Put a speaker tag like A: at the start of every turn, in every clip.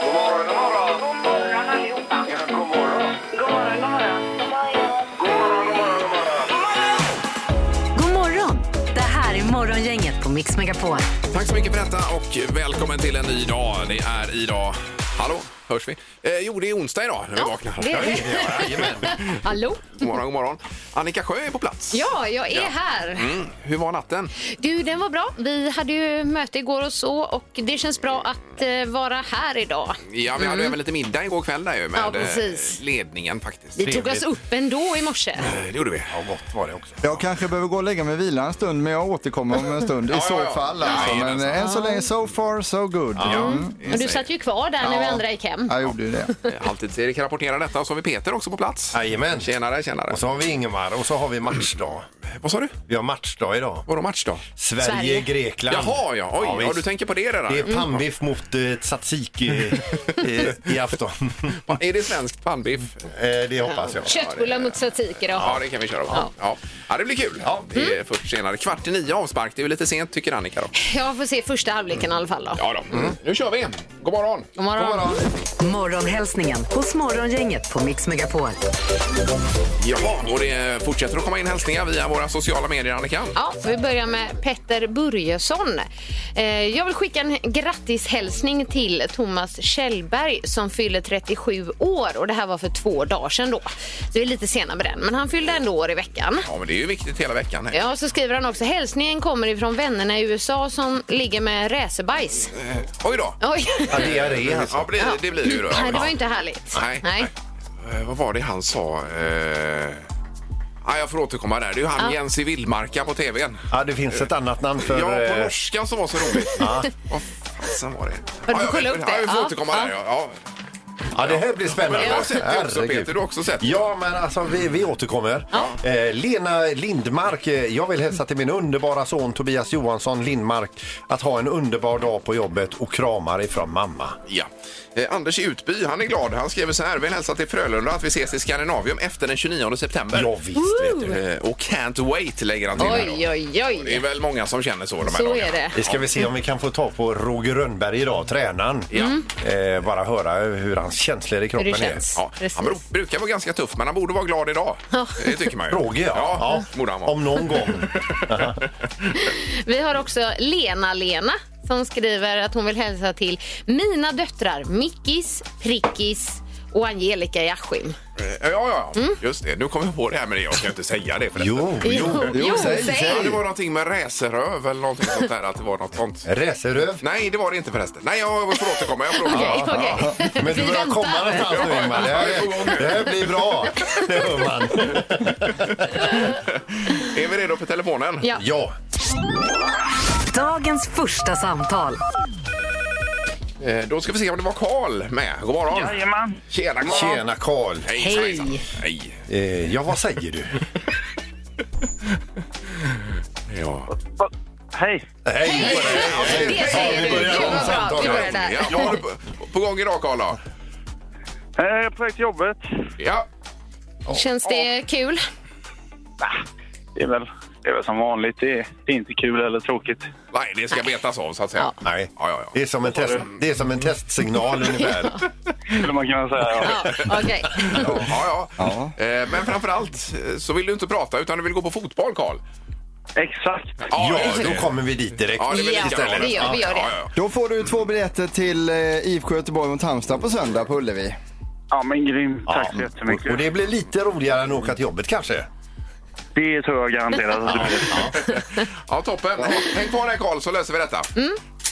A: God morgon, god morgon.
B: God morgon allihopa.
A: Ja, god morgon.
B: God morgon, god morgon.
A: God morgon, god morgon, god morgon.
C: God morgon! Det här är Morgongänget på Mix Megapol.
D: Tack så mycket för detta och välkommen till en ny dag. Det är idag... Hallå, hörs vi? Eh, jo, det är onsdag idag när vi vaknar.
E: det är det.
D: Ja, jajamän.
E: Hallå?
D: god morgon, god morgon. Annika Sjö är på plats.
E: Ja, jag är
D: Ja.
E: här.
D: Mm, hur var natten?
E: Du, den var bra. Vi hade ju möte igår och så och det känns bra att eh, vara här idag.
D: Ja, vi hade även lite middag igår kväll där ju med
E: Mm. Ja, precis.
D: eh, ledningen faktiskt.
E: Vi tog oss upp ändå i morse.
D: Eh, Det gjorde vi.
F: Ja, gott var det också.
G: Jag kanske behöver gå och lägga mig och vila en stund, men jag återkommer om en stund. I
D: ja,
G: så
D: ja.
G: fall alltså. Men
D: Jajamensan.
G: eh, än så länge, so far so good. Mm.
E: Och du satt ju kvar där när vi
G: Ja.
E: andra gick hem.
G: Jag gjorde ju det.
D: Eh, Halvtids-Erik rapporterar detta och så har vi Peter också på plats.
F: Jajamän.
D: Tjenare, tjenare.
F: Och så har vi Ingemar och så har vi matchdag.
D: Vad sa du?
F: Vi har matchdag idag.
D: Vadå match då?
E: Sverige.
F: Sverige-Grekland.
D: Jaha, ja. Oj, ja,
F: visst.
D: du tänker Mm. på det redan?
F: Det är pannbiff mot eh, tzatziki eh, i afton.
D: Va, Mm. Är det svenskt pannbiff?
F: Eh, det hoppas jag.
E: Köttbullar mot tzatziki då.
D: Ja, det kan vi köra på. Ja. Ja. det blir kul. Ja, det
E: Mm.
D: är först senare. Kvart i nio avspark. Det är ju lite sent tycker Annika. Då.
E: Jag får se första halvleken i alla fall då. Mm.
D: Ja, då. Nu kör vi. God morgon.
E: God morgon.
C: Morgonhälsningen hos Morgongänget på Mix Megapol.
D: Jaha, och det fortsätter att komma in hälsningar via våra sociala medier, Annika.
E: Ja, vi börjar med Petter Börjesson. Eh, Jag vill skicka en grattishälsning till Thomas Kjellberg som fyller 37 år och det här var för två dagar sedan då. Så vi är lite sena med den, men han fyllde ändå år i veckan.
D: Ja, men det är ju viktigt hela veckan. här.
E: Ja, så skriver han också hälsningen kommer ifrån vännerna i USA som ligger med räserbajs.
D: Oj då.
E: Oj,
F: Ja, diarré
D: Ja,
F: alltså.
D: det, det blir det ju då.
E: nej, det var
D: Ja.
E: ju inte härligt.
D: Nej. Eh, vad var det han sa? Eh... Ja, jag får återkomma där. Det är ju han Jens i Vildmarka på tvn.
F: Ja, det finns ett annat namn för...
D: Ja, på
F: eh,
D: norska som var så roligt. Vad fasen var det?
E: du
D: Ja, jag-
E: kollat upp det?
D: Ja, vi får
E: Ja.
D: återkomma där. Ja. Ja.
F: ja, det här blir
D: Men du har
F: spännande.
D: sett det också,
F: Herregud.
D: Peter. Du har också sett det.
F: Ja, men alltså vi, vi återkommer. Eh, Lena Lindmark, eh, jag vill hälsa till min underbara son Tobias Johansson Lindmark att ha en underbar dag på jobbet och kramar ifrån mamma.
D: Ja. Eh, Anders i Utby, han är glad. Han skriver så här. Vill hälsa till Frölunda att vi ses i Skandinavium efter den 29 september.
F: Ja, visst vet du.
D: Eh, Och can't wait lägger han till här
E: Oj,
D: då.
E: oj,
D: Det är
E: oj.
D: väl många som känner så de här
E: Så
D: dagarna.
E: är det.
F: Det ska vi se om vi kan få ta på Roger Rönnberg idag, tränaren.
D: Ja.
F: Eh, bara höra hur hans känslor i kroppen
E: Hur det
F: är.
E: känns.
D: Ja,
E: Precis.
D: han bro- brukar vara ganska tuff, men han borde vara glad idag. Det tycker man ju.
F: Roger, ja.
D: Ja, borde han vara.
F: Om någon gång.
E: Vi har också Lena-Lena som skriver att hon vill hälsa till mina döttrar Mickis, Prickis och Angelica i Askim.
D: Eh, Ja, ja,
E: Mm.
D: ja. Just det. Nu kommer jag på det här med det. Jag kan inte säga det. För
F: Jo, jo.
G: Jo, säg,
D: Ja, det var någonting med raceröv eller någonting sånt där. Att det var något sånt.
F: Reseröv.
D: Nej, det var det inte förresten. Nej, jag får återkomma. Jag får återkomma.
E: Okej, okej.
F: Men
E: Vi
F: du börjar
E: väntar.
F: komma någonstans nu, Ingmar. Det,
D: Ja, jag är på gång nu.
F: här- det här blir bra. Det hör man.
D: Är vi redo för telefonen?
E: Ja.
F: Ja.
C: Dagens första samtal.
D: Eh, Då ska vi se om det var Karl med. God morgon.
B: Jajamän.
D: Tjena, Karl.
F: Tjena, Karl.
D: Hejsan, hejsan. Hej.
F: Eh, ja, vad säger du?
D: Ja.
B: Va- Hej.
F: Hej!
E: Det säger
F: vi
E: du.
F: börjar
E: Det
F: om
E: var bra. Vi
F: samtalet.
E: börjar där.
D: Ja, vad har du på, på gång idag, Karl? Då?
B: Eh, Jag är på väg till jobbet.
D: Ja.
E: Känns det kul?
B: Det är väl, det är väl som vanligt. Det är, det är inte kul eller tråkigt.
D: Nej, det ska betas av, så att säga.
F: Nej.
D: Ja, ja, ja.
F: Det är som en, test, det är som en testsignal ungefär.
B: Skulle man kunna säga. Ja.
E: Ja, okej.
D: Ja, ja. Eh, Men framför allt eh, så vill du inte prata, utan du vill gå på fotboll, Karl.
B: Exakt.
F: Ja,
D: det-
F: då kommer vi dit direkt.
D: Ja, det är väl
E: Ja,
D: lika bra.
E: det gör vi, gör det.
D: Ja, ja,
G: Då får du två biljetter till eh, IFK Göteborg mot Halmstad på söndag på Ullevi.
B: Ja, men grymt. Tack så
F: Ja.
B: jättemycket.
F: Och det blir lite roligare än att åka till jobbet kanske.
B: Det tror jag garanterat att det blir.
D: ja. ja toppen. Häng kvar där, Karl, så löser vi detta.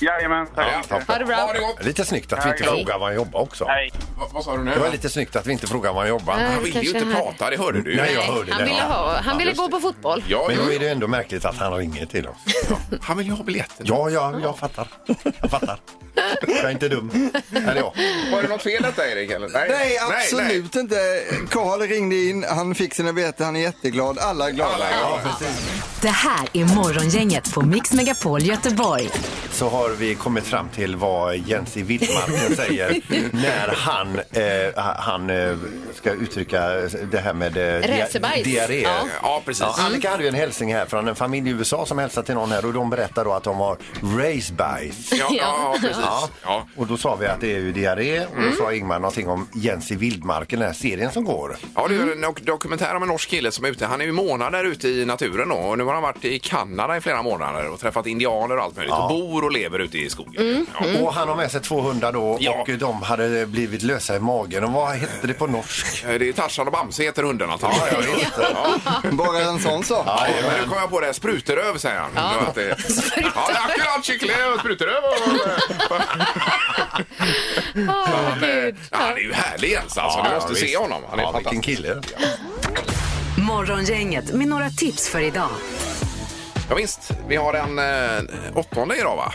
B: Jajamän.
D: Ja,
B: Tack. så mycket.
E: Mm. Ha det bra.
D: Ha det gott.
F: Lite snyggt att vi inte
B: Ja,
F: frågar var han jobbar också.
B: Hej.
D: Vad- Vad sa du nu?
F: Det var lite snyggt att vi inte frågar var han jobbar.
E: Nej.
D: Han ville ju inte
E: Kanske här.
D: prata, det hörde du ju.
F: Nej, jag hörde
E: Han
F: det.
E: ville,
F: Ja.
E: ha, han ville
D: just
E: gå
D: det.
E: på fotboll.
D: Ja,
F: Men
D: ja.
F: då är det ändå märkligt att han ringer till oss.
D: Han vill ju ha biljetten.
F: Ja, ja, jag fattar. Jag fattar. Jag är inte dum. Eller ja.
D: Var det något fel detta, Erik? Eller?
G: Nej, absolut inte. Karl ringde in, han fick sina biljetter, han är jätteglad. Alla är glada.
D: Ja,
C: Det här är Morgongänget på Mix Megapol Göteborg.
F: Så har vi kommit fram till vad Jens i Vildmarken säger när han, eh, han eh, ska uttrycka det här med eh, dia-
E: Räsebajs.
F: diarré.
E: Ja.
D: ja, precis.
F: Ja, Annika hade ju en hälsning här från en familj i USA som hälsade till någon här och de berättade då att de har raisebajs.
D: Ja, ja, precis. Ja. Ja. Mm.
F: Och då sa vi att det är ju diarré och då sa Ingmar någonting om Jens i vildmarken, den här serien som går.
D: Ja, det är en dok- dokumentär om en norsk kille som är ute. Han är ju månader ute i naturen då. Och nu har han varit i Kanada i flera månader och träffat indianer och allt möjligt. Och bor och lever ute i skogen. Ja.
F: Och han har med sig 200 då
D: Mm. Ja.
F: och de hade blivit lösa i magen. Och vad hette det på norsk?
D: Eh, Det är Tarzan och Bamse heter hundarna. Ja,
F: Ja, just det.
G: Bara en sån sak.
D: Ja, men nu kom jag på det. Spruteröv säger han. Ja. Att det... ja, det är akkurat kyckling och spruteröv.
E: Åh, gud.
D: Ja, han är ju härlig Jens alltså. Du måste se honom. Han är
F: ja, vilken
D: fantastisk.
F: kille.
C: Morgongänget med några tips för idag.
D: Ja, visst, vi har den eh, åttonde idag va?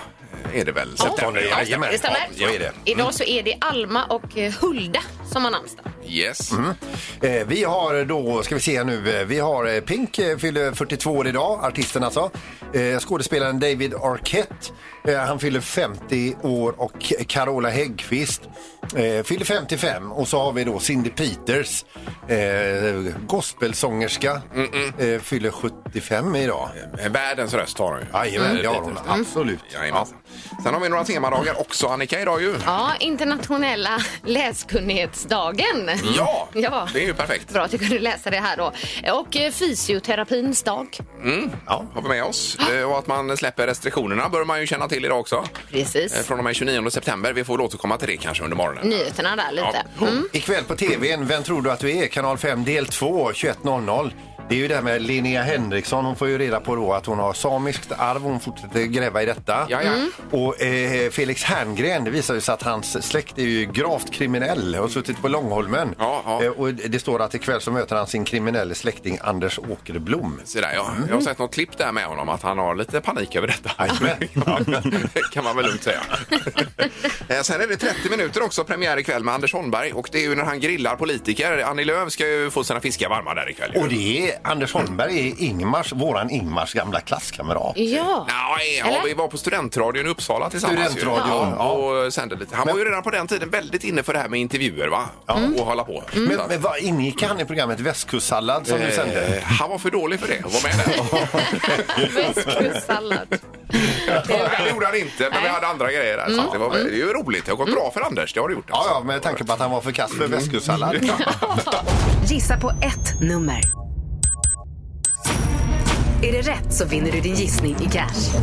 D: Är det väl? September?
F: Åttonde, jajamän.
E: Det stämmer.
D: Ja, så är det. Mm.
E: Idag så är det Alma och eh, Hulda som har namnsdag.
D: Yes.
E: Mm-hmm.
F: Eh, vi har då, ska vi se nu, eh, vi har eh, Pink eh, fyller 42 år idag, artisten alltså. Eh, skådespelaren David Arquette, eh, han fyller 50 år och Carola Häggkvist eh, fyller 55 och så har vi då Cindy Peters, eh, gospelsångerska, eh, fyller 75 idag.
D: Världens röst har han ju.
F: Jajamän, det har hon.
D: Peters.
F: Absolut.
D: Mm. Jajamän. Sen har vi några temadagar också Annika idag ju.
E: Ja, internationella läskunnighetsdagen.
D: Ja,
E: Ja.
D: det är ju perfekt.
E: Bra att jag kunde läsa det här då. Och eh, fysioterapins dag.
D: Ja, har vi med oss. Eh, Och att man släpper restriktionerna bör man ju känna till idag också. Eh,
E: Precis.
D: Från och med 29 september. Vi får väl återkomma till det kanske under morgonen.
E: Nyheterna där lite.
D: Ja.
E: Mm.
F: Ikväll på tvn, Vem tror du att du är? Kanal 5 del 2, 21.00. Det är ju det här med Linnea Henriksson. Hon får ju reda på då att hon har samiskt arv. Hon fortsätter gräva i detta.
D: Ja, ja. Mm.
F: Och eh, Felix Herngren, det visar ju sig att hans släkt är ju gravt kriminell och har suttit på Långholmen.
D: Ja, ja.
F: Eh, och det står att ikväll så möter han sin kriminelle släkting Anders Åkerblom.
D: Så där,
F: Mm.
D: ja. Jag har sett något klipp där med honom att han har lite panik över detta.
F: Jajamän.
D: Det kan man väl lugnt säga. Eh, Sen är det 30 minuter också premiär ikväll med Anders Holmberg och det är ju när han grillar politiker. Annie Lööf ska ju få sina fiskar varma där ikväll.
F: Och det är Anders Holmberg är Ingmars, våran Ingmars gamla klasskamrat.
E: Ja.
D: Nej, ja,
E: Eller?
D: vi var på studentradion i Uppsala tillsammans. ju.
F: Studentradion,
D: ja. Och sände lite. Han var ju redan på den tiden väldigt inne för det här med intervjuer va? och hålla på. Så
F: Mm. Men,
D: att-
F: men vad ingick han i programmet Västkustsallad som du sände?
D: Eh, han var för dålig för det och var med där.
E: Västkustsallad.
D: Nej, det gjorde han inte, men vi hade andra grejer där. Så att det, var, väl- det är ju roligt. Det har gått bra för Anders, det har det gjort.
F: Mm.
D: alltså.
F: Ja, ja, med tanke på att han var för kass för västkustsallad.
C: Gissa på ett nummer. Är det rätt så vinner du din gissning i cash.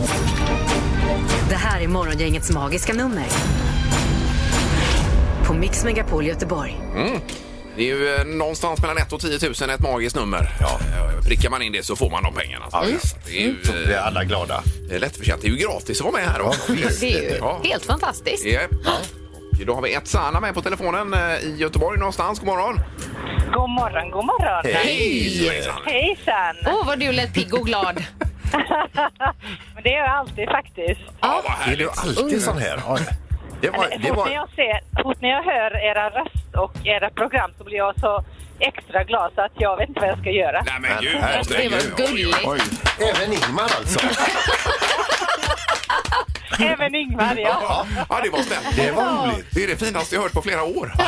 C: Det här är Morgongängets magiska nummer. På Mix Megapol Göteborg.
D: Det är ju eh, någonstans mellan 1 och 10 000 ett magiskt nummer. Ja. Prickar man in det så får man de pengarna. Så att- Det är ju
F: Så blir
D: eh,
F: alla glada.
D: det är lättförtjänt. Det är ju gratis att vara med här också.
E: Det är ju
D: Ja.
E: helt fantastiskt.
D: Ja. Och Då har vi ett Sanna med på telefonen eh, i Göteborg någonstans. God morgon!
H: God morgon, god morgon.
D: Hej!
H: Hejsan.
E: Åh, vad du lät pigg och glad.
H: Men det är jag alltid faktiskt.
D: Ja, vad
F: Är du
D: härligt.
F: alltid sån här? Ja. Det var,
H: Men
F: det
H: fort, när
F: var,
H: jag ser, fort när jag hör era röst och era program så blir jag så extra glad så att jag vet inte vad jag ska göra.
D: Nej men gud!
F: Det
E: Det
D: herregud.
E: var gulligt.
F: även Ingmar alltså.
H: Även Ingvar, ja.
D: Ja, ja, det var snällt.
F: Det var roligt.
D: Det är det finaste jag hört på flera år.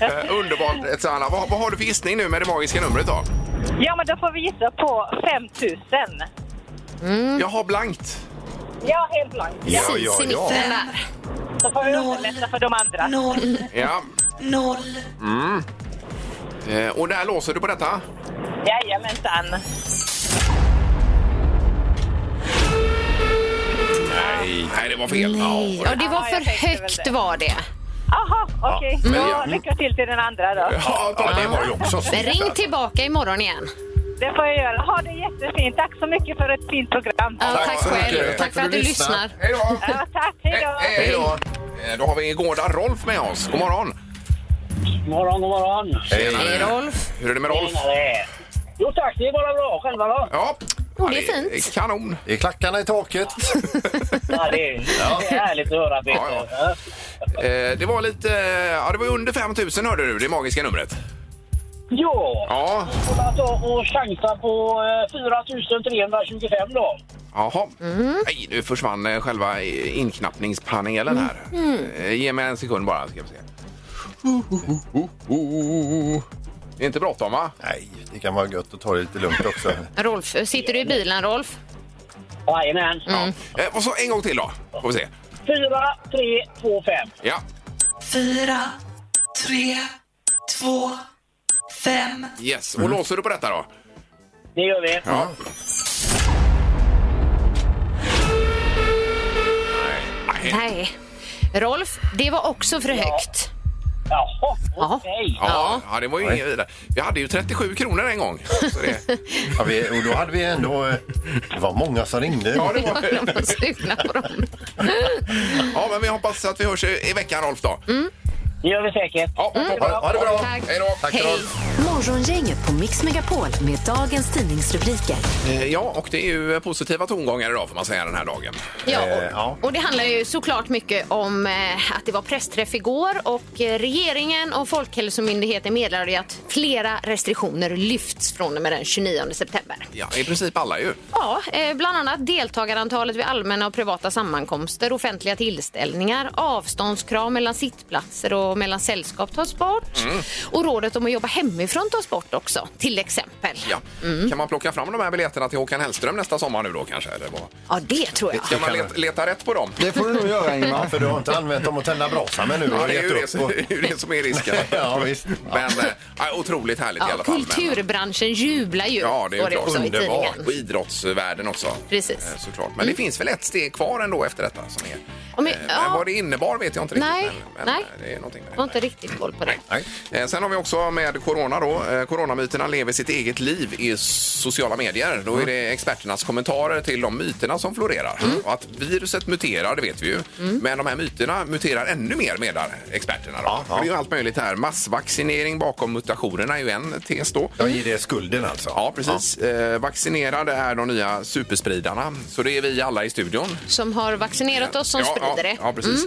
D: Eh, Underbart, Sanna. Vad, vad har du för gissning nu med det magiska numret då?
H: Ja, men då får vi gissa på 5000.
D: Jag har blankt.
H: Ja, helt blankt. Ja.
F: Ja, ja,
E: Precis i
F: ja.
E: mitten där.
H: Så får vi underlätta för de andra.
D: Ja. Noll. Mm. Eh, Och där låser du på detta?
H: Jajamensan.
D: Nej. Nej, det var fel.
E: Nej,
D: Ja.
E: ja, det var
H: Ja,
E: för
H: jag tänkte väl
E: högt
H: det.
E: var det.
H: Jaha, okej.
D: men
H: Då
D: ja.
H: Lycka till till den andra då.
D: Ja,
F: Ja,
D: toppen.
F: det var ju också
E: Men
F: snyggt.
E: ring tillbaka imorgon igen.
H: Det får jag göra. Ha det jättefint. Tack så mycket för ett fint program.
E: Ja,
D: Tack
E: tack
D: så mycket.
E: själv. Tack för att du lyssnar.
D: Hej då!
H: Ja, tack, hej då.
D: Eh, Hej då! Eh, Då har vi Gårda Rolf med oss. God morgon!
I: morgon, god morgon.
E: Hej Rolf.
D: Hur är det med Rolf?
I: Tjenare. Jo tack, det är bara bra. Själva då?
D: Ja,
E: Oh, det är fint.
D: kanon.
F: Det är klackarna i taket.
I: Ja, det, är, det är härligt att höra Peter.
D: Ja, Eh, Det var lite... eh, Ja, det var ju under 5 000 hörde du, det magiska numret.
I: Jo,
D: Ja,
I: får man ta och chansa på eh, 4 325 då.
D: jaha. Nej, nu försvann eh, själva eh, inknappningspanelen här. Eh, Ge mig en sekund bara, ska vi se. Det är inte bråttom, va?
F: Nej, det kan vara gött att ta det lite lugnt också.
E: Rolf, sitter du i bilen Rolf?
I: Jajamän.
D: Eh, och så en gång till då. Får vi se.
I: Mm. Fyra, tre, två, fem.
D: Ja.
J: Fyra, tre, två, fem.
D: Yes. Och
F: Mm.
D: låser du på detta då?
I: Det gör vi.
D: Ja. Nej.
E: Nej. Rolf, det var också för högt.
I: Jaha,
E: Ja.
I: okej.
D: Ja, ja, det var ju inget vidare. Vi hade ju 37 kronor en gång. Så det,
F: Ja, vi, och då hade vi ändå... eh, Det var många som ringde.
D: ja, det var,
E: De var sugna på dem.
D: ja, men vi hoppas att vi hörs i i veckan, Rolf. Då.
I: Det gör vi säkert.
D: Ja,
F: Ha, ha det bra!
E: Tack.
D: Hej då.
F: Tack,
E: Hej.
F: Rolf.
C: Morgongänget på Mix Megapol med dagens tidningsrubriker.
D: Eh, Ja, och det är ju positiva tongångar idag får man säga den här dagen.
E: Ja, och,
F: Eh, ja.
E: och det handlar ju såklart mycket om eh, att det var pressträff igår och eh, regeringen och Folkhälsomyndigheten meddelade ju att flera restriktioner lyfts från och med den 29 september.
D: Ja, i princip alla ju.
E: Ja, eh, bland annat deltagarantalet vid allmänna och privata sammankomster, offentliga tillställningar, avståndskrav mellan sittplatser och mellan sällskap tas bort.
D: Mm.
E: Och rådet om att jobba hemifrån tas bort också, till exempel.
D: Ja.
E: Mm.
D: Kan man plocka fram de här biljetterna till Håkan Hellström nästa sommar nu då kanske? Eller vad?
E: Ja, det tror jag.
D: Kan man leta, leta rätt på dem?
G: Det får du nog göra
F: Ja,
G: Ingmar.
F: för du har inte använt dem att tända brasan med nu.
D: Ja,
F: har
D: det är
F: gett
D: ju det,
F: upp
D: som-
F: och-
D: det är ju det som är risken.
F: Ja, visst.
D: Men äh, otroligt härligt i
E: Ja,
D: alla fall. Men-
E: kulturbranschen jublar ju,
D: Ja, det är
E: står
D: ju klart.
E: också i
D: Underbart.
E: tidningen.
D: Och idrottsvärlden också.
E: Precis.
D: Eh, Såklart. Men det finns väl ett steg kvar ändå efter detta. Som är,
E: Ja, men-
D: eh,
E: ja.
D: men vad det innebar vet jag inte riktigt.
E: Nej,
D: Men, men
E: nej.
D: eh, Det är någonting med
E: Jag har
D: det.
E: inte riktigt koll på det.
D: Nej. Eh, Sen har vi också med corona då. Eh, Coronamyterna lever sitt eget liv i sociala medier. Då
E: Mm.
D: är det experternas kommentarer till de myterna som florerar. Och att viruset muterar, det vet vi ju.
E: Mm.
D: Men de här myterna muterar ännu mer menar experterna. Då. För Det är ju allt möjligt här. Massvaccinering bakom mutationerna är ju en tes då.
F: Jag ger det skulden alltså.
D: Ja, precis. Eh, vaccinerade är de nya superspridarna. Så det är vi alla i studion.
E: Som har vaccinerat oss som
D: ja,
E: sprider
D: ja,
E: det. Mm.
D: Ja, precis.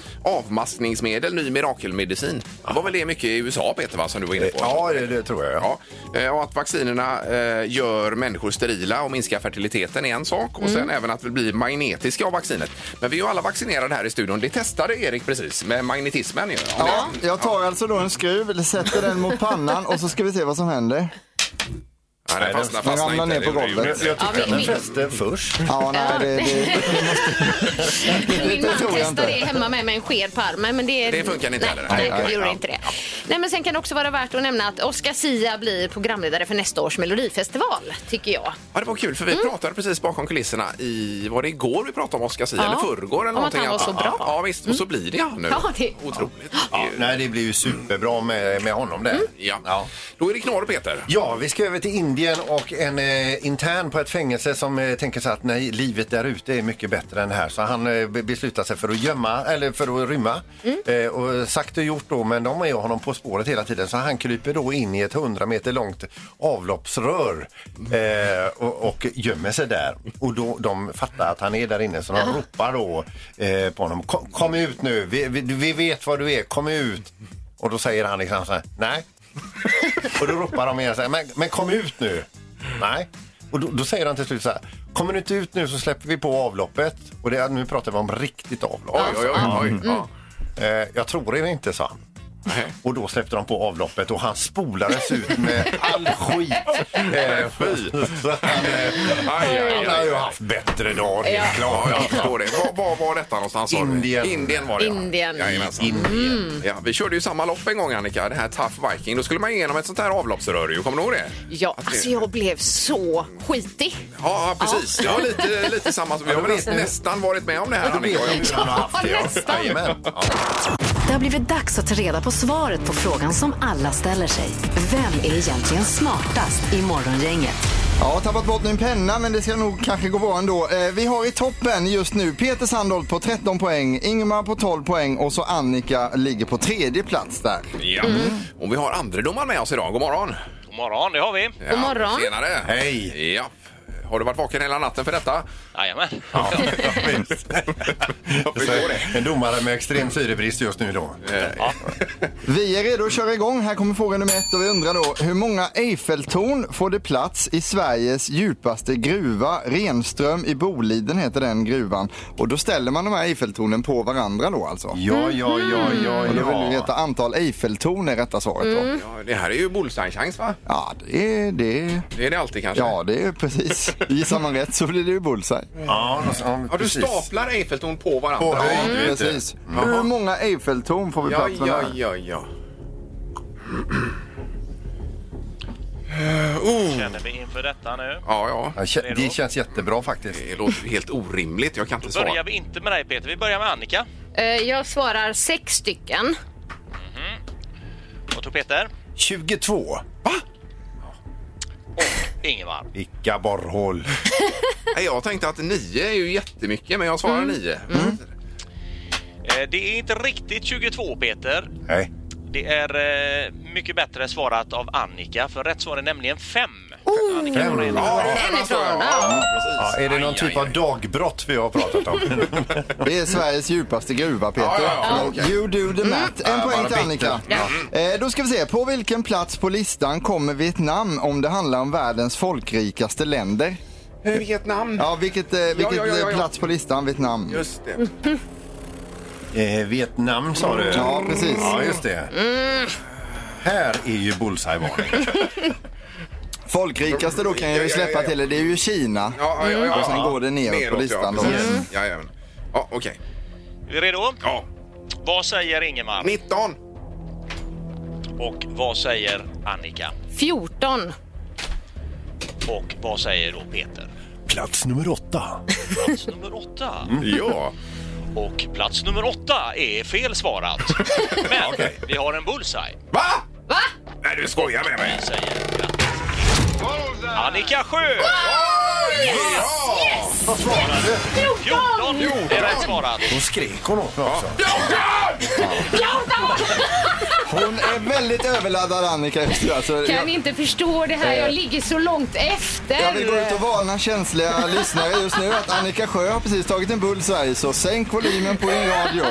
D: Avmaskningsmedel, ny mirakelmedicin. Det var väl det mycket i USA, Peter, va, som du var inne på?
F: Ja, det, det tror jag. Ja.
D: Ja, eh, och att vaccinerna eh, gör människor sterila och minskar fertiliteten är en sak. Och sen även att vi blir magnetiska av vaccinet. Men vi är ju alla vaccinerade här i studion. Det testade Erik precis med magnetismen. Ju.
G: Ja, jag tar alltså då en skruv, sätter den mot pannan och så ska vi se vad som händer.
D: Nej, den fastnar,
G: Den
D: fastnar
G: ramlar
D: inte.
G: ner på
D: Det gjorde
G: golvet.
D: ju-
F: Jag, jag tyckte
E: Ja,
F: att
E: men-
F: den fäste först.
G: Ja, nej, det, det,
E: Min man
G: tror jag
E: testade det
G: inte.
E: hemma med mig en sked på armen. Men det,
D: Det funkar inte
E: nej,
D: heller.
E: Nej,
D: Nej,
E: det gjorde
D: nej.
E: inte det. Nej, men sen kan det också vara värt att nämna att Oscar Sia blir programledare för nästa års melodifestival, tycker jag.
D: Ja, det var kul för vi pratade precis bakom kulisserna i, var det igår vi pratade om Oscar Sia?
E: Ja.
D: Eller förrgår eller
E: Om att
D: någonting?
E: han var så bra.
D: Ja, ja visst, och så blir det han nu.
E: Ja, det-
D: Otroligt.
F: Ja,
D: Det är ju-
F: nej, det blir ju superbra med, med honom där.
D: Ja.
F: Ja.
D: Då är det knorr Peter.
F: Ja, vi ska över till Indien och en eh, intern på ett fängelse som eh, tänker sig att nej, livet där ute är mycket bättre än här. Så han eh, be- beslutar sig för att gömma, eller för att rymma. Eh, och sagt och gjort då, men de är ju honom på spåret hela tiden. Så han kryper då in i ett 100 meter långt avloppsrör eh, och, och gömmer sig där. Och då, de fattar att han är där inne, så de ropar då eh, på honom. Kom, kom ut nu, vi, vi, vi vet var du är, kom ut. Och då säger han liksom så här, nej. Och då ropar de igen så här, men, men kom ut nu. Nej. Och då, då säger han till slut så här, kommer du inte ut nu så släpper vi på avloppet. Och det, nu pratar vi om riktigt avlopp.
D: Oj, oj, oj. oj. Ja.
F: Eh, jag tror det inte, sa han. Och då släppte de på avloppet och han spolades ut med all skit. Eh,
D: Fy.
F: så han, eh,
D: Aj, aj,
F: han har
D: aj.
F: ju haft bättre dagar, helt
D: Ja,
F: klart.
D: jag förstår det. Var, var var detta någonstans? sa du?
F: Indien. Mm.
D: Indien var det, ja.
E: Indien.
D: Jajamensan. Ja, vi körde ju samma lopp en gång, Annika, det här Tough Viking. Då skulle man igenom ett sånt här avloppsrör. ju. Kommer du ihåg det?
E: Ja,
D: Att det-
E: alltså jag blev så skitig.
D: Ja, ja, precis. Det var lite, lite samma. som- Vi har väl näst- nästan varit med om det här,
F: Då vet
D: Annika. och
F: jag
D: jag.
F: hur han har haft det.
E: nästan.
F: Jajamän.
C: Det har blivit dags att ta reda på svaret på frågan som alla ställer sig. Vem är egentligen smartast i Morgongänget?
G: jag har tappat bort min penna men det ska nog kanske gå bra ändå. Eh, Vi har i toppen just nu Peter Sandholt på 13 poäng, Ingmar på 12 poäng och så Annika ligger på tredje plats där.
D: Ja.
E: Mm.
D: Och vi har andre domaren med oss idag. God morgon!
J: God morgon, det har vi.
D: Ja,
E: morgon.
D: Senare.
F: Hej.
D: Ja. Har du varit vaken hela natten för detta?
J: Jajamän.
D: Jag förstår det.
F: En domare med extrem syrebrist just nu då.
G: Vi är redo att köra igång. Här kommer fråga nummer ett och vi undrar då hur många Eiffeltorn får det plats i Sveriges djupaste gruva? Renström i Boliden heter den gruvan. Och då ställer man de här Eiffeltornen på varandra då alltså.
F: Ja, ja, ja, ja,
G: Och då vill du
F: ja.
G: veta antal Eiffeltorn är rätta svaret då.
D: Mm.
E: Mm.
D: Ja, det här är ju bullseye-chans, va?
G: Ja, det är det. är-
D: Det är det alltid kanske.
G: Ja, det är precis. Gissar man rätt så blir det ju bullseye.
F: Ja, något sånt.
D: Ja, du
F: Precis.
D: staplar Eiffeltorn på varandra.
F: På
D: Ja,
F: höjd, vet du.
G: Precis. Hur
D: Jaha.
G: många Eiffeltorn får vi
D: Ja,
G: plats med
D: ja,
G: där?
D: ja, ja. Eh, oh.
J: Känner vi inför detta nu?
D: Ja, ja.
F: Ja, kä- Det känns jättebra faktiskt.
D: Det låter helt orimligt. Jag kan inte svara.
J: Börjar vi inte med dig Peter, vi börjar med Annika.
E: Eh, Jag svarar sex stycken.
J: Vad tror Peter?
F: 22.
J: Och Ingemar.
F: Vilka borrhål.
D: Nej, Jag tänkte att nio är ju jättemycket, men jag
G: Mm.
D: svarar nio. Mm.
J: Eh, Det är inte riktigt 22 Peter.
F: Nej.
J: Det är eh, mycket bättre svarat av Annika, för rätt svar är nämligen fem. Annika
F: Fem.
J: var redo.
D: Ja,
F: Ja,
D: den
E: ifrån,
D: jag. Ja, precis.
F: är det någon
D: Aj,
F: typ
D: aj,
F: av
D: aj.
F: dagbrott vi har pratat om?
G: Det är Sveriges djupaste gruva, Peter.
D: Ja, ja, ja,
G: Men
D: okej. Mm.
G: You do the math. En
F: Ja,
G: poäng
F: bara
G: till Annika. Eh, då ska vi se, på vilken plats på listan kommer Vietnam om det handlar om världens folkrikaste länder?
D: Eh, Vietnam.
G: Ja, vilket, eh, vilket
D: ja, ja, ja.
G: eh, plats på listan Vietnam?
D: Just det.
F: eh, Vietnam sa du?
G: Ja, precis.
F: Ja, just det. Här är ju bullseye-varning.
G: Folkrikaste då kan jag ju
D: Ja, ja, ja,
G: släppa
D: ja.
G: till det, det är ju Kina.
D: Ja, ja, ja, ja,
G: Mm. Och sen
D: ja.
G: går det neråt på
D: Neråt,
G: listan
D: Ja,
G: då. Mm.
D: precis. Jajamän. ja okej.
J: Är vi redo?
D: Ja.
J: Vad säger Ingemar?
D: 19.
G: Mm.
J: Och vad säger Annika?
E: 14.
J: Och vad säger då Peter?
F: Plats nummer åtta.
J: Plats nummer åtta.
D: Ja.
J: Och plats nummer åtta är fel svarat. Men vi har en bullseye.
D: Va? Va? Nej, du skojar med mig.
J: Vi säger grattis. Annika Sjö!
G: Oh,
D: Ja!
F: Vad svarade du?
J: 14 är rätt svarat.
F: Då skrek hon åt mig också.
G: Hon är väldigt överladdad Annika just nu. Alltså,
E: Kan
G: jag,
E: inte förstå det här, jag ligger så långt efter.
G: jag vill gå ut och varna känsliga lyssnare just nu att Annika Sjö har precis tagit en bullseye så sänk volymen på din radio.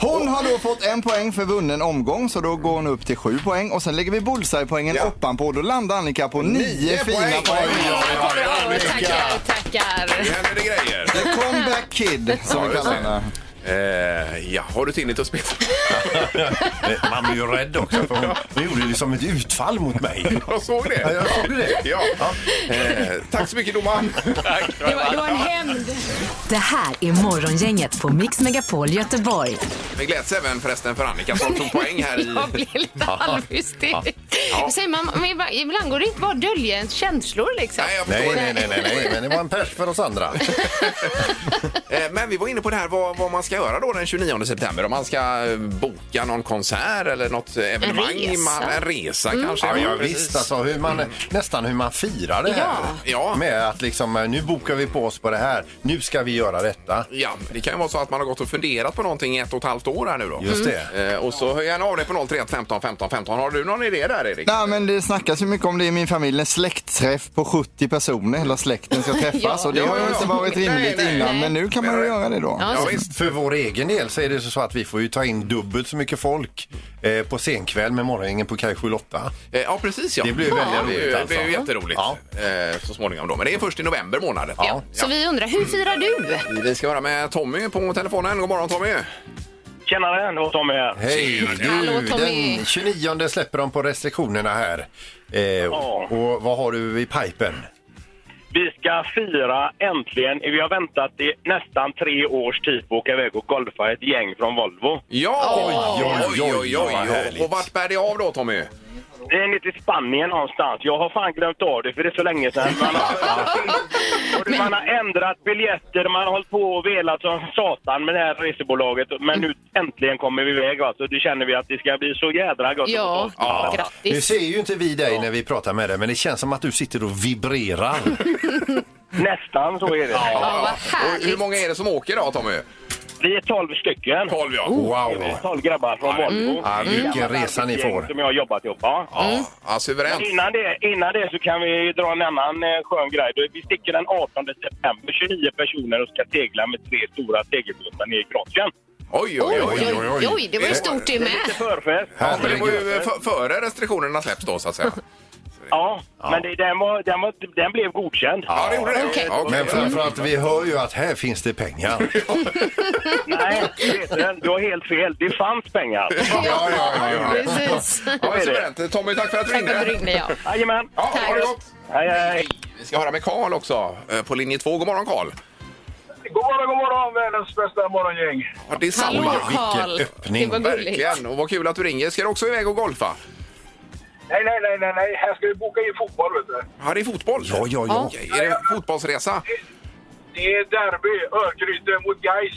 G: Hon har då fått en poäng för vunnen omgång så då går hon upp till sju poäng och sen lägger vi bullseye-poängen
D: Ja.
G: ovanpå. Då landar Annika på nio, fina poäng.
E: Bra, tackar, tackar.
D: Nu händer det grejer.
G: The comeback kid som vi
D: just
G: kallar
D: det.
G: henne.
D: Eh, ja, har du Tinnitus att spela?
F: Eh, Man blir ju rädd också. För hon, hon gjorde det som ett utfall mot mig.
D: Jag såg det.
F: Ja, jag såg det.
D: Ja. Eh, tack så mycket domaren.
E: Det var, det var en hämnd.
C: Det här är Morgongänget på Mix Megapol Göteborg.
D: Vi gläds även förresten för Annika som tog poäng här i...
E: Jag blir lite halvhysterisk. Säger man, men ibland- ibland går det inte bara att dölja ens känslor liksom.
D: Nej, jag förstår
F: Nej, nej, nej, nej, nej, men det var en pers för oss andra.
D: Eh, Men vi var inne på det här vad, vad man ska göra då den 29 september. Om man ska eh, boka någon konsert eller något eh, evenemang.
E: resa.
D: Man, en resa kanske.
F: Ja, ja
D: precis.
F: visst, alltså hur man, nästan hur man firar det här.
D: Ja.
F: Med att liksom, eh, nu bokar vi på oss på det här, nu ska vi göra detta.
D: Ja, det kan ju vara så att man har gått och funderat på någonting i ett och ett halvt år här nu då.
F: Just det.
D: Eh, Och så hör gärna av dig på 031 15 15 15. Har du någon idé där Erik?
G: Nej men det snackas ju mycket om det i min familj, en släktträff på 70 personer, hela släkten ska träffas och det
D: Ja,
G: har ju
D: ja,
G: inte
D: ja.
G: varit rimligt
D: Nej, nej.
G: innan men nu kan man ju göra det då.
D: Ja, visst.
F: För vår egen del så är det så att vi får ju ta in dubbelt så mycket folk eh, på senkväll med morgonen på Kaj 8
D: Eh, Ja, precis ja.
F: Det blir ju väldigt
D: det blir ju-
F: roligt, alltså.
D: Det blir ju jätteroligt
F: Ja.
D: eh, så småningom då. Men det är först i november månad.
F: Ja.
E: Så vi undrar, hur firar du?
D: Vi ska höra med Tommy på telefonen. God morgon Tommy!
K: Tjenare, det var Tommy här.
F: Hej
E: Hallå,
F: du!
E: Tommy.
F: Den 29 släpper de på restriktionerna här. Eh,
K: Ja.
F: Och vad har du i pipen?
K: Vi ska fira äntligen. Vi har väntat i nästan tre års tid på att åka iväg och golfa ett gäng från Volvo.
D: Ja!
F: Oj, oj, oj, vad härligt.
D: Och vart bär det av då Tommy?
K: Det är nere i Spanien någonstans. Jag har fan glömt av det för det är så länge sedan. Man har, och det- man har ändrat biljetter, man har hållit på och velat som satan med det här resebolaget. Men nu äntligen kommer vi iväg va. Så det känner vi att det ska bli så jädra gott.
E: Ja,
F: Nu
E: grattis.
F: ser ju inte vi dig när vi pratar med dig, men det känns som att du sitter och vibrerar.
K: Nästan så är det.
E: Ja, vad
D: Och hur
E: härligt.
D: många är det som åker då Tommy?
K: Vi är tolv stycken.
D: 12 ja.
E: Mm.
F: Wow!
K: 12 grabbar från Volvo.
F: Ja, vilken
K: Gammalt
F: resa ni
K: gäng
F: får.
K: Som jag har jobbat ihop. Ja.
D: Ja, ja suveränt.
K: Innan det, innan det så kan vi dra en annan eh, skön grej. Då- Vi sticker den 18 september, 29 personer och ska segla med tre stora segelbåtar ner i Kroatien.
D: Oj, oj, oj.
E: Oj, oj, oj, det var ju stort det
K: Lite
E: med.
K: förfest.
D: Ja, men det var ju
F: Herregud.
D: f- före restriktionerna släpps då så att säga.
K: Ja, men det, den, var, den, var, den blev godkänd.
D: Ja, det gjorde det.
E: Okej.
D: Ja,
F: Men framförallt, vi hör ju att här finns det pengar.
K: Nej, du vet,
I: Petter, du har helt fel. Det fanns pengar.
D: ja, ja, ja. ja.
E: Precis.
D: Ja, men suveränt. Tommy, tack för att du
E: Tack för att du
D: ringde.
E: ringde, ja.
I: Jajamän.
D: Ja,
E: Tack.
D: ha det gott.
I: Hej, hej.
D: Vi ska höra med Karl också eh, på linje 2. God morgon Karl!
A: God morgon, god morgon, världens bästa morgongäng.
D: Ja, det är
E: Hallå,
D: samma.
E: Karl.
F: öppning.
E: Det var gulligt.
D: Verkligen. Och vad kul att du ringer. Ska du också iväg och golfa?
A: Nej, nej, nej, nej, nej. Här ska vi boka in fotboll, vet du.
D: Ja, det är fotboll.
F: Ja, ja, ja.
D: Okej, Är det fotbollsresa?
A: Det är derby, Örgryte mot Gais.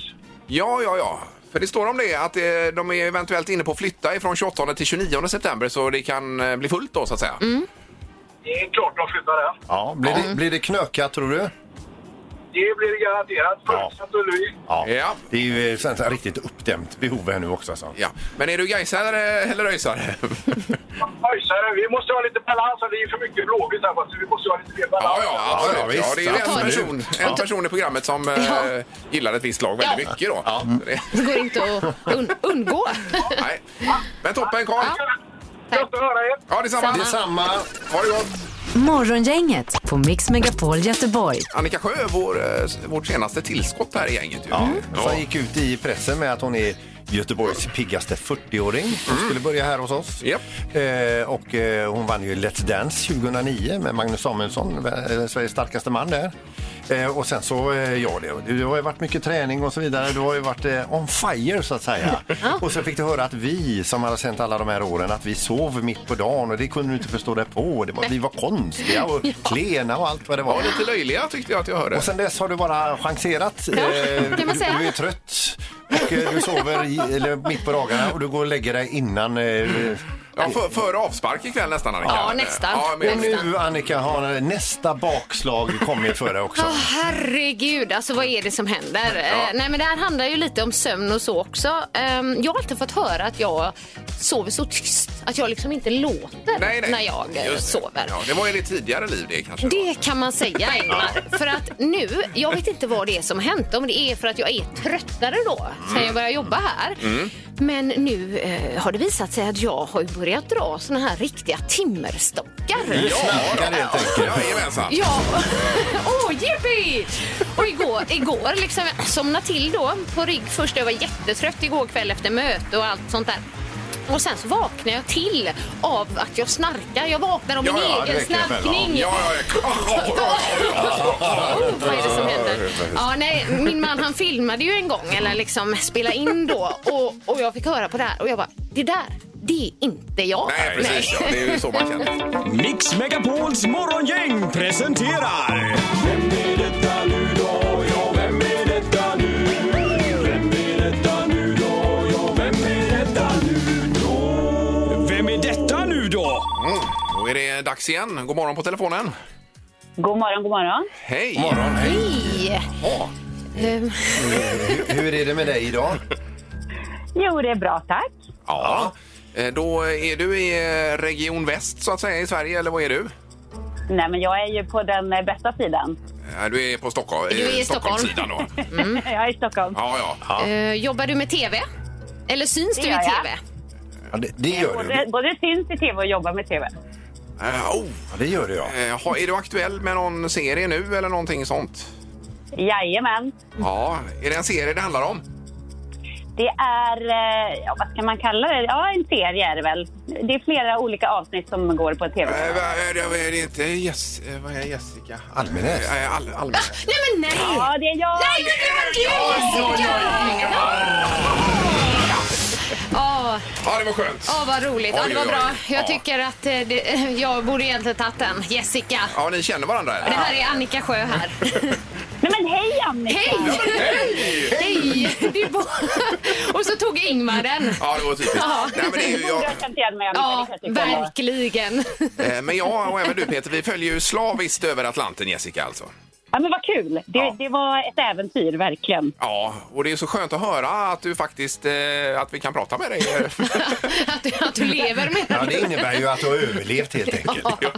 D: Ja, ja, ja. För det står om det att eh, de är eventuellt inne på att flytta från 28 till 29 september så det kan eh, bli fullt då så att säga.
A: Det är klart de flyttar den.
F: Ja, blir, det, blir det knökat tror du?
A: Det blir garanterat. Fullsatt Ullevi.
D: Ja.
F: Det är ju eh, sånt här riktigt uppdämt behov här nu också alltså.
D: ja. Men är du Gaisare eller Röisare?
A: Öjsare, vi måste ha lite balans. Det är för mycket blåvitt här, va, så vi måste ha lite mer balans.
D: ja, ja, absolut.
F: Ja,
D: Ja,
F: visst,
D: det är ju en
F: absolut.
D: person, en person i programmet som eh,
E: Ja.
D: gillar ett visst lag väldigt
E: Ja.
D: mycket då. Det,
E: Det går inte att un undgå.
D: nej. Men toppen Karl!
A: Gött att höra er.
D: Ja, detsamma!
E: Samma.
F: Detsamma!
D: Ha det gott!
C: Morgongänget på Mix Megapol Göteborg.
D: Annika Sjö, vår, eh, vårt senaste tillskott här i gänget. Ju. Ja.
F: Som gick ut i pressen med att hon är Göteborgs piggaste 40-åring. Hon skulle börja här hos oss.
D: Mm. Japp.
F: Eh, och eh, hon vann ju Let's Dance 2009 med Magnus Samuelsson, eh, Sveriges starkaste man där. Eh, och sen så, eh, ja det, det har ju varit mycket träning och så vidare. Du har ju varit eh, on fire så att säga. och så fick du höra att vi som hade sänt alla de här åren, att vi sov mitt på dagen och det kunde du inte förstå dig på. Det var, vi var konstiga och klena och allt vad det var.
D: Ja, lite löjliga tyckte jag att jag hörde.
F: Och sen dess har du bara chanserat. Eh,
E: kan man säga.
F: Du, du är trött och eh, du sover i, eller mitt på dagarna och du går och lägger dig innan. eh,
D: Ja, för, före avspark ikväll nästan Annika.
E: Ja, nästan.
D: Ja, men-
F: Och nu Annika har nästa bakslag kommit för dig också.
E: Ja, herregud, alltså vad är det som händer? Eh, nej, men det här handlar ju lite om sömn och så också. Ehm, jag har alltid fått höra att jag sover så tyst, att jag liksom inte låter
D: Nej, nej.
E: när jag eh,
D: Just det.
E: sover.
D: Ja, det var ju ditt tidigare liv det kanske.
E: Det kan man säga, Ingmar. För att nu, jag vet inte vad det är som hänt. Om det är för att jag är tröttare då,
D: Mm.
E: sen jag började jobba här. Men nu eh, har det visat sig att jag har ju börjat dra såna här riktiga timmerstockar.
D: Ja,
F: Snackar helt enkelt.
D: Jajamensan.
E: Ja, åh jippi! Och igår, igår liksom, jag somnade till då på rygg först. Jag var jättetrött igår kväll efter möte och allt sånt där. Och sen så vaknade jag till av att jag snarkar. Jag vaknar av min
D: Ja, ja, det
E: egen
F: räcker väl, ja.
E: snarkning.
D: Ja, ja, ja.
E: Oh, vad är det som händer? Ja, nej, min man han filmade ju en gång, eller liksom spelade in då. Och, och jag fick höra på det här och jag bara, det där, det är inte jag.
D: Nej, precis. Ja, det är ju så man känner.
L: Mix Megapols morgongäng presenterar... Vem är detta nu då? Ja, vem är detta nu? Vem är detta nu då? Ja, vem är detta nu då? Vem är detta nu då?
D: Mm. Då är det dags igen. God morgon på telefonen.
H: God morgon, god morgon.
D: Hej!
F: God morgon. Hej.
E: Nej.
D: Ja,
E: Ehm,
F: Hur är det med dig idag?
H: Jo, det är bra, tack.
D: Ja. Eh, Då är du i eh, region väst så att säga i Sverige, eller vad är du?
H: Nej, men jag är ju på den eh, bästa sidan.
D: Eh, Du är på Stockholm,
E: Du är i
D: eh, Stockholmssidan då.
H: jag är i Stockholm.
D: Ja, ja.
E: eh, jobbar du med tv? Eller syns du i
H: gör jag.
E: tv?
F: Ja, det, det gör du.
H: Både, både syns i tv och jobbar med tv.
D: Eh, Oh.
F: Ja, det gör du ja.
D: Eh, ha- Är du aktuell med någon serie nu eller någonting sånt?
E: Mm.
H: Jajamän.
D: Ja, är det en serie det handlar om?
H: Det är, eh, ja, vad ska man kalla det? Ja, en serie är det väl. Det är flera olika avsnitt som går på tv.
D: Eh, va- är det- är det inte Jess, eh, vad är Jessica?
F: Almenäs.
D: Eh, Al, Almenäs.
E: Nej, men nej!
H: Ja, det är jag!
E: Nej, men det var du Jessica! Ja,
D: Ja, det var skönt.
E: ja, vad roligt. Ja, det var bra. Jag tycker att eh, det, jag borde egentligen tagit den. Jessica.
D: Ja, ni känner varandra?
E: Det
D: Eller?
E: här är Annika Sjö här.
H: Nej, men hej Annika!
E: Hej! Hej! Det är bara- Och så tog Ingmar den.
D: Ja, det var typiskt.
E: Ja.
D: Nej, men det är ju
H: Du borde
D: jag,
H: ha känt igen mig Annika.
E: Ja,
H: det kan jag tycka.
E: verkligen.
D: eh, men jag och även du Peter, vi följer ju slaviskt över Atlanten Jessica alltså.
H: Ja, men vad kul! Det,
D: Ja.
H: det var ett äventyr, verkligen.
D: Ja, och det är så skönt att höra att du faktiskt, eh, att vi kan prata med dig.
E: Att du, att du lever
F: Ja,
E: med
F: det innebär ju att du har överlevt helt enkelt.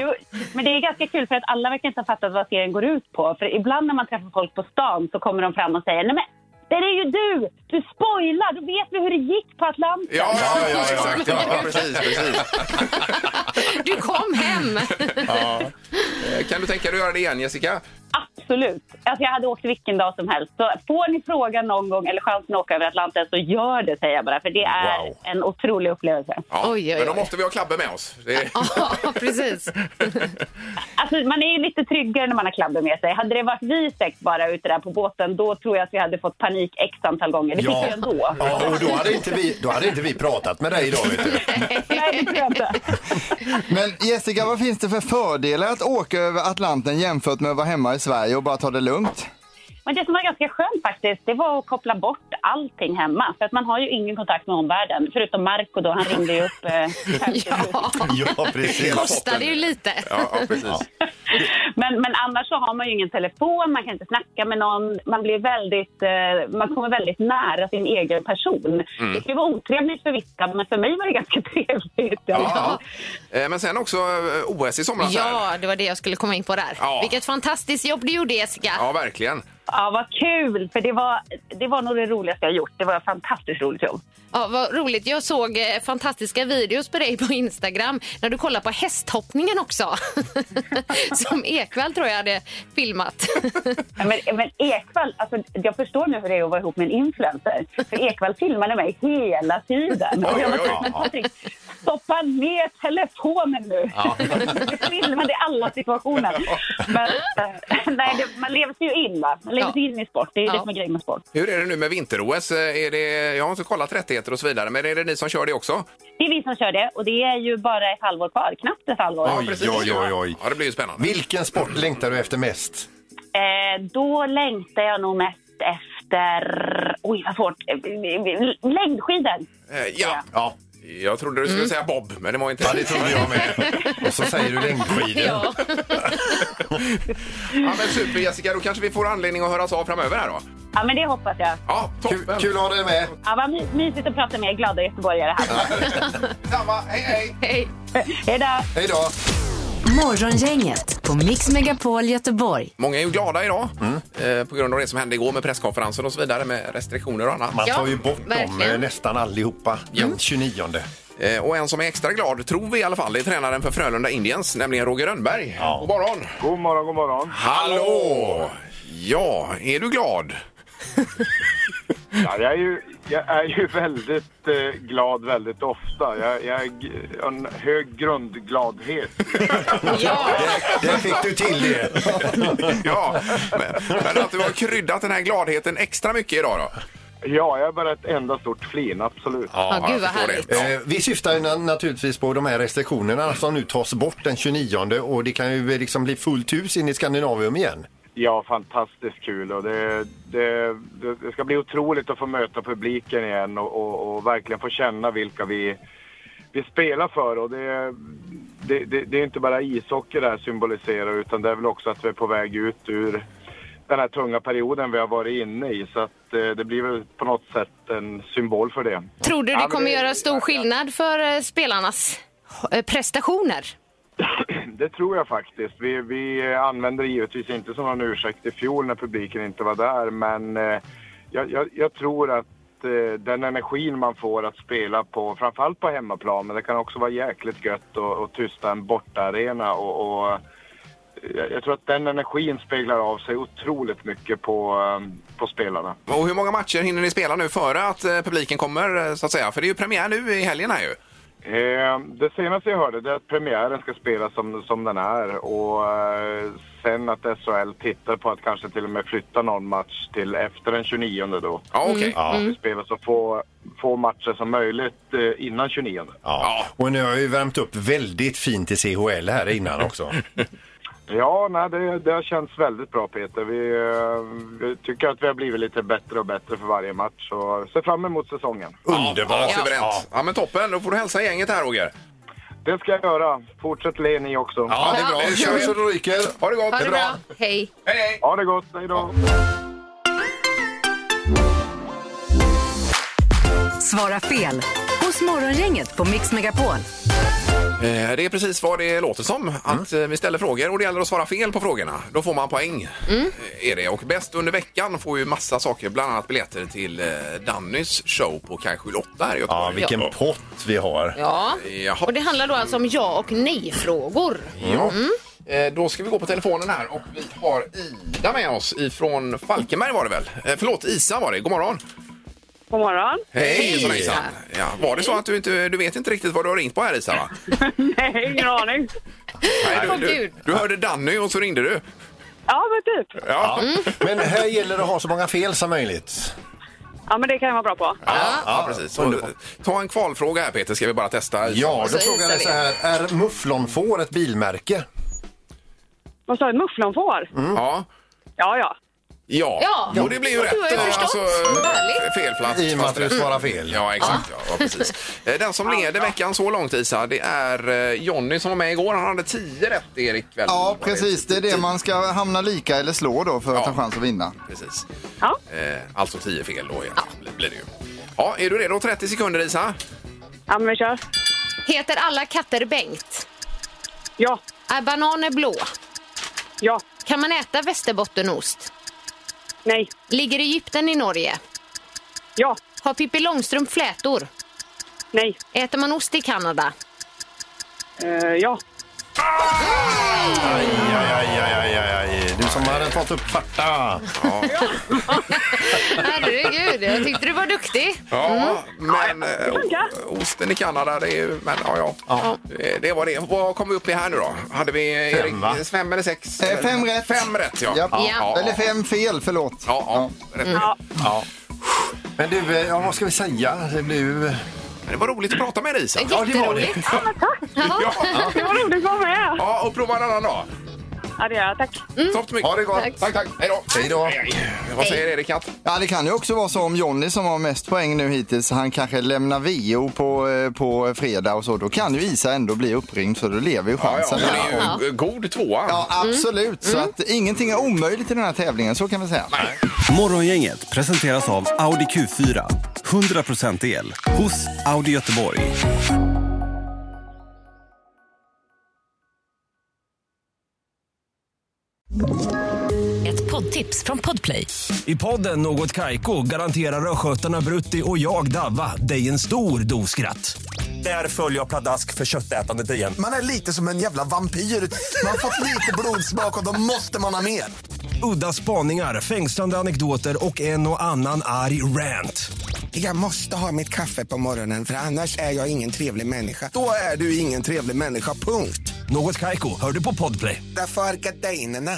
H: Jo, men det är ganska kul för att alla verkar inte ha fattat vad serien går ut på. För ibland när man träffar folk på stan så kommer de fram och säger Nej men, där är ju du! Du spoilar! Då vet vi hur det gick på Atlanten!
D: ja, ja, ja, exakt. Ja, ja, precis, precis.
E: Du kom hem.
D: Eh, Kan du tänka dig att göra det igen Jessica?
H: Absolut. Alltså jag hade åkt vilken dag som helst. Så får ni frågan någon gång eller chansen att åka över Atlanten så gör det säger jag bara. För det är
D: Wow.
H: en otrolig upplevelse.
D: Ja, men då måste vi ha Klabbe med oss. Det...
E: Ja, precis.
H: Alltså, man är ju lite tryggare när man har klabben med sig. Hade det varit vi sex bara ute där på båten, då tror jag att vi hade fått panik x antal gånger. Det fick vi ändå.
F: ja, och då hade, inte vi, då hade inte vi pratat med dig idag. Vet du.
H: Nej, det tror jag inte.
G: Men Jessica, vad finns det för fördelar att åka över Atlanten jämfört med att vara hemma i Sverige och bara ta det lugnt?
H: Men det som var ganska skönt faktiskt, det var att koppla bort allting hemma. För att man har ju ingen kontakt med omvärlden, förutom Marco då, han ringde ju upp. Eh,
E: Ja,
F: Ja, precis.
E: kostade ju lite.
D: Ja, ja, precis.
H: men, men annars så har man ju ingen telefon, man kan inte snacka med någon. Man blir väldigt, eh, man kommer väldigt nära sin egen person. Det kan ju vara otrevligt för vissa, men för mig var det ganska trevligt.
D: Ja. Eh, Men sen också eh, OS i somras. här.
E: Ja, det var det jag skulle komma in på där.
D: Ja.
E: Vilket fantastiskt jobb du gjorde, Jessica.
D: ja verkligen.
H: Ja, vad kul! För det var, det var nog det roligaste jag gjort. Det var ett fantastiskt roligt jobb.
E: Ja, vad roligt. Jag såg eh, fantastiska videos på dig på Instagram när du kollade på hästhoppningen också. Som Ekwall tror jag hade filmat.
H: Ja, Men, men Ekvall, alltså, jag förstår nu hur det är att vara ihop med en influencer. För Ekvall filmade mig hela tiden. Och jag var så här, Patrik, stoppa ner telefonen nu. Du filmade alla situationer. Men, eh, nej, det, man lever sig ju in, va? Man lever sig in i sport. Det är ju
E: Ja.
H: det som är grejen med sport.
D: Hur är det nu med vinter-OS? Eh, Är det, jag har inte kollat rättigheter och så vidare, men är det ni som kör det också?
H: Det är vi som kör det och det är ju bara ett halvår kvar. Knappt ett halvår.
F: Oj, oj, oj, oj.
D: Ja, det blir ju spännande.
F: Vilken sport längtar du efter mest?
H: Eh, då längtar jag nog mest efter... Oj, vad svårt. Eh, Längdskidor.
D: Eh, Ja.
F: Ja,
D: Jag trodde du skulle
E: Mm.
D: säga Bob, men det var inte
F: ja det trodde jag med. Och så säger du längdskidor.
E: ja.
D: Ja, men super Jessica, då kanske vi får anledning att höras av framöver här då.
H: Ja, men det hoppas jag.
D: Ja,
F: Kul,
D: toppen!
F: kul att ha dig med.
H: Ja, vad my- mysigt att prata med er glada göteborgare här.
D: Samma, hej hej!
E: Hej.
H: Hej då!
F: Hej då.
C: Morgongänget på Mix Megapol Göteborg.
D: Många är ju glada idag
F: Mm.
D: eh, på grund av det som hände igår med presskonferensen och så vidare med restriktioner och annat.
F: Man
E: Ja,
F: tar ju bort dem
E: verkligen.
F: eh, nästan allihopa den 29.
D: Eh, och en som är extra glad, tror vi i alla fall, är tränaren för Frölunda Indians, nämligen Roger Rönnberg. Ja. God morgon!
I: God morgon, god morgon.
D: Hallå! Ja, är du glad?
I: Ja, jag, är ju, jag är ju väldigt eh, glad väldigt ofta. Jag, jag är g- en hög grundgladhet.
E: Ja.
F: Där fick du till det.
D: Ja, men, men att du har kryddat den här gladheten extra mycket idag då?
I: Ja, jag är bara ett enda stort flin, absolut.
E: Ja, gud vad
D: jag förstår
E: härligt.
D: det.
F: Eh, Vi syftar ju na- naturligtvis på de här restriktionerna som nu tas bort den 29 och det kan ju eh, liksom bli fullt hus in i Skandinavium igen.
I: Ja, fantastiskt kul och det, det, det det ska bli otroligt att få möta publiken igen och, och, och verkligen få känna vilka vi, vi spelar för. Och det, det, det, det är inte bara ishockey det här symboliserar utan det är väl också att vi är på väg ut ur den här tunga perioden vi har varit inne i. Så att eh, det blir väl på något sätt en symbol för det.
E: Tror du det
I: men
E: kommer
I: det-
E: göra stor skillnad för eh, spelarnas eh, prestationer?
I: Det tror jag faktiskt. Vi, vi använder det givetvis inte som någon ursäkt i fjol när publiken inte var där, men eh, jag, jag, jag tror att eh, den energin man får att spela på, framförallt på hemmaplan, men det kan också vara jäkligt gött att att tysta en bortaarena och, och jag jag tror att den energin speglar av sig otroligt mycket på, eh, på spelarna.
D: Och hur många matcher hinner ni spela nu före att eh, publiken kommer eh, så att säga? För det är ju premiär nu i helgen här ju.
I: Eh, det senaste jag hörde det är att premiären ska spelas som, som den är och eh, sen att SHL tittar på att kanske till och med flytta någon match till efter den 29 då.
D: Ja, okej.
I: Att
F: Mm.
E: Mm.
I: det spelas så få, få matcher som möjligt eh, innan 29.
F: Ja. Och nu har jag ju värmt upp väldigt fint i CHL här innan också.
I: Ja, nej, det, det har känts väldigt bra Peter. Vi, eh, vi tycker att vi har blivit lite bättre och bättre för varje match och ser fram emot säsongen.
D: Ja,
F: Underbart!
D: suveränt. Ja. men toppen, då får du hälsa gänget här Roger.
I: Det ska jag göra. Fortsätt le ni också.
D: Ja, det är bra.
F: Vi kör så det ryker.
D: Ha det gott!
E: Ha det bra. Hej.
D: Hej, hej!
I: Ha det gott, hej då!
C: Svara fel hos Morgongänget på Mix Megapol.
D: Eh, Det är precis vad det låter som. Att eh, vi ställer frågor och det gäller att svara fel på frågorna. Då får man poäng. Eh, Är det. Och bäst under veckan får ju massa saker, bland annat biljetter till eh, Dannys show på Kajskjul 8 här i
F: Ja,
D: Göteborg.
F: vilken pott vi har.
E: Ja.
D: Jaha.
E: Och det handlar då alltså om ja och nej-frågor.
D: Ja. Eh, Då ska vi gå på telefonen här och vi har Ida med oss ifrån Falkenberg var det väl? Eh, Förlåt, Isa var det. God morgon!
M: God morgon.
D: Hej hejsan, hejsan. Ja, Var det så att du inte, du vet inte riktigt vad du har ringt på här Isa va?
M: Nej, ingen aning.
D: Nej,
M: Åh,
D: du, du,
M: Gud.
D: du hörde Danny och så ringde du.
M: Ja, men typ.
D: Ja.
F: Men här gäller det att ha så många fel som möjligt.
M: Ja, men det kan jag vara bra på.
D: Ja, precis. Och, ta en kvalfråga här Peter, ska vi bara testa. Isa.
F: Ja, då frågar jag så här. Är mufflonfår ett bilmärke?
M: Vad sa du? Mufflonfår?
D: Ja.
M: Ja, ja.
D: Ja.
M: Ja.
D: jo det blir ju
M: Du
D: rätt. eh, alltså,
M: har ju förstått. Härligt.
D: fel plats.
F: I och med
D: fast
F: att du
D: rätt.
F: svarar fel.
D: Ja, exakt. Ja. Ja, precis. Eh, Den som leder veckan så långt, Isa, det är eh, Jonny som var med igår. Han hade 10 rätt, Erik. Väl?
G: Ja, precis. Det är det man ska hamna lika eller slå då för att ha chans att vinna.
D: Precis. Eh, Alltså 10 fel då egentligen, blir det ju. Ja, är du redo? 30 sekunder, Isa.
M: Ja, men vi kör.
E: Heter alla katter Bengt?
M: Ja.
E: Är bananer blå?
M: Ja.
E: Kan man äta västerbottenost?
M: Nej.
E: Ligger Egypten i Norge?
M: Ja.
E: Har Pippi Långstrump flätor?
M: Nej.
E: Äter man ost i Kanada?
M: Eh, ja.
F: Aj, aj, aj, aj, aj, aj. Du som hade fått upp farta.
E: Herregud, jag tyckte du var duktig.
D: Ja, Mm. men eh,
E: funkar.
D: o- osten i Kanada, det är ju... Men, ja, ja. Eh, Det var det. Vad kom vi upp i här nu då? Hade vi eh,
G: Fem, va?
D: Erik, fem eller sex?
G: Eh, fem rätt.
D: Fem rätt, ja.
G: Japp. Eller fem fel, förlåt.
D: Ja, ja. Rätt.
G: Ja.
F: Men du, eh, ja, vad ska vi säga? Det blev...
D: Det var roligt att prata med dig, Isa.
F: Ja, det var det.
D: Jätteroligt.
M: Ja, men tack.
D: Ja.
M: Det var roligt att vara med.
D: Ja, och prova en annan dag.
M: Ja, det gör jag. Tack.
D: Topp mycket.
G: Ha det gott.
D: Tack, tack. Hej då.
G: Hej då.
D: Vad säger Erik Hatt?
G: Ja, det kan ju också vara så om Jonny som har mest poäng nu hittills, han kanske lämnar VO på, eh, på fredag och så. Då kan ju Isa ändå bli uppringd så då lever ju chansen.
D: hon
G: där. Mm.
D: är ju g- god tvåa.
G: Ja, absolut. Så att ingenting är omöjligt i den här tävlingen, så kan vi säga.
N: Morgongänget presenteras av Audi Q4. 100% el hos Audi Göteborg.
O: Ett poddtips från Podplay.
L: I podden Något Kaiko garanterar östgötarna Brutti och jag, Davva, dig en stor dos skratt. Där följer jag pladask för köttätandet igen.
P: Man är lite som en jävla vampyr. Man har fått lite blodsmak och då måste man ha mer.
L: Udda spaningar, fängslande anekdoter och en och annan arg rant.
P: Jag måste ha mitt kaffe på morgonen för annars är jag ingen trevlig människa. Då är du ingen trevlig människa, punkt.
L: Något Kaiko, hör du på podplay.
P: Därför arkadeinerna.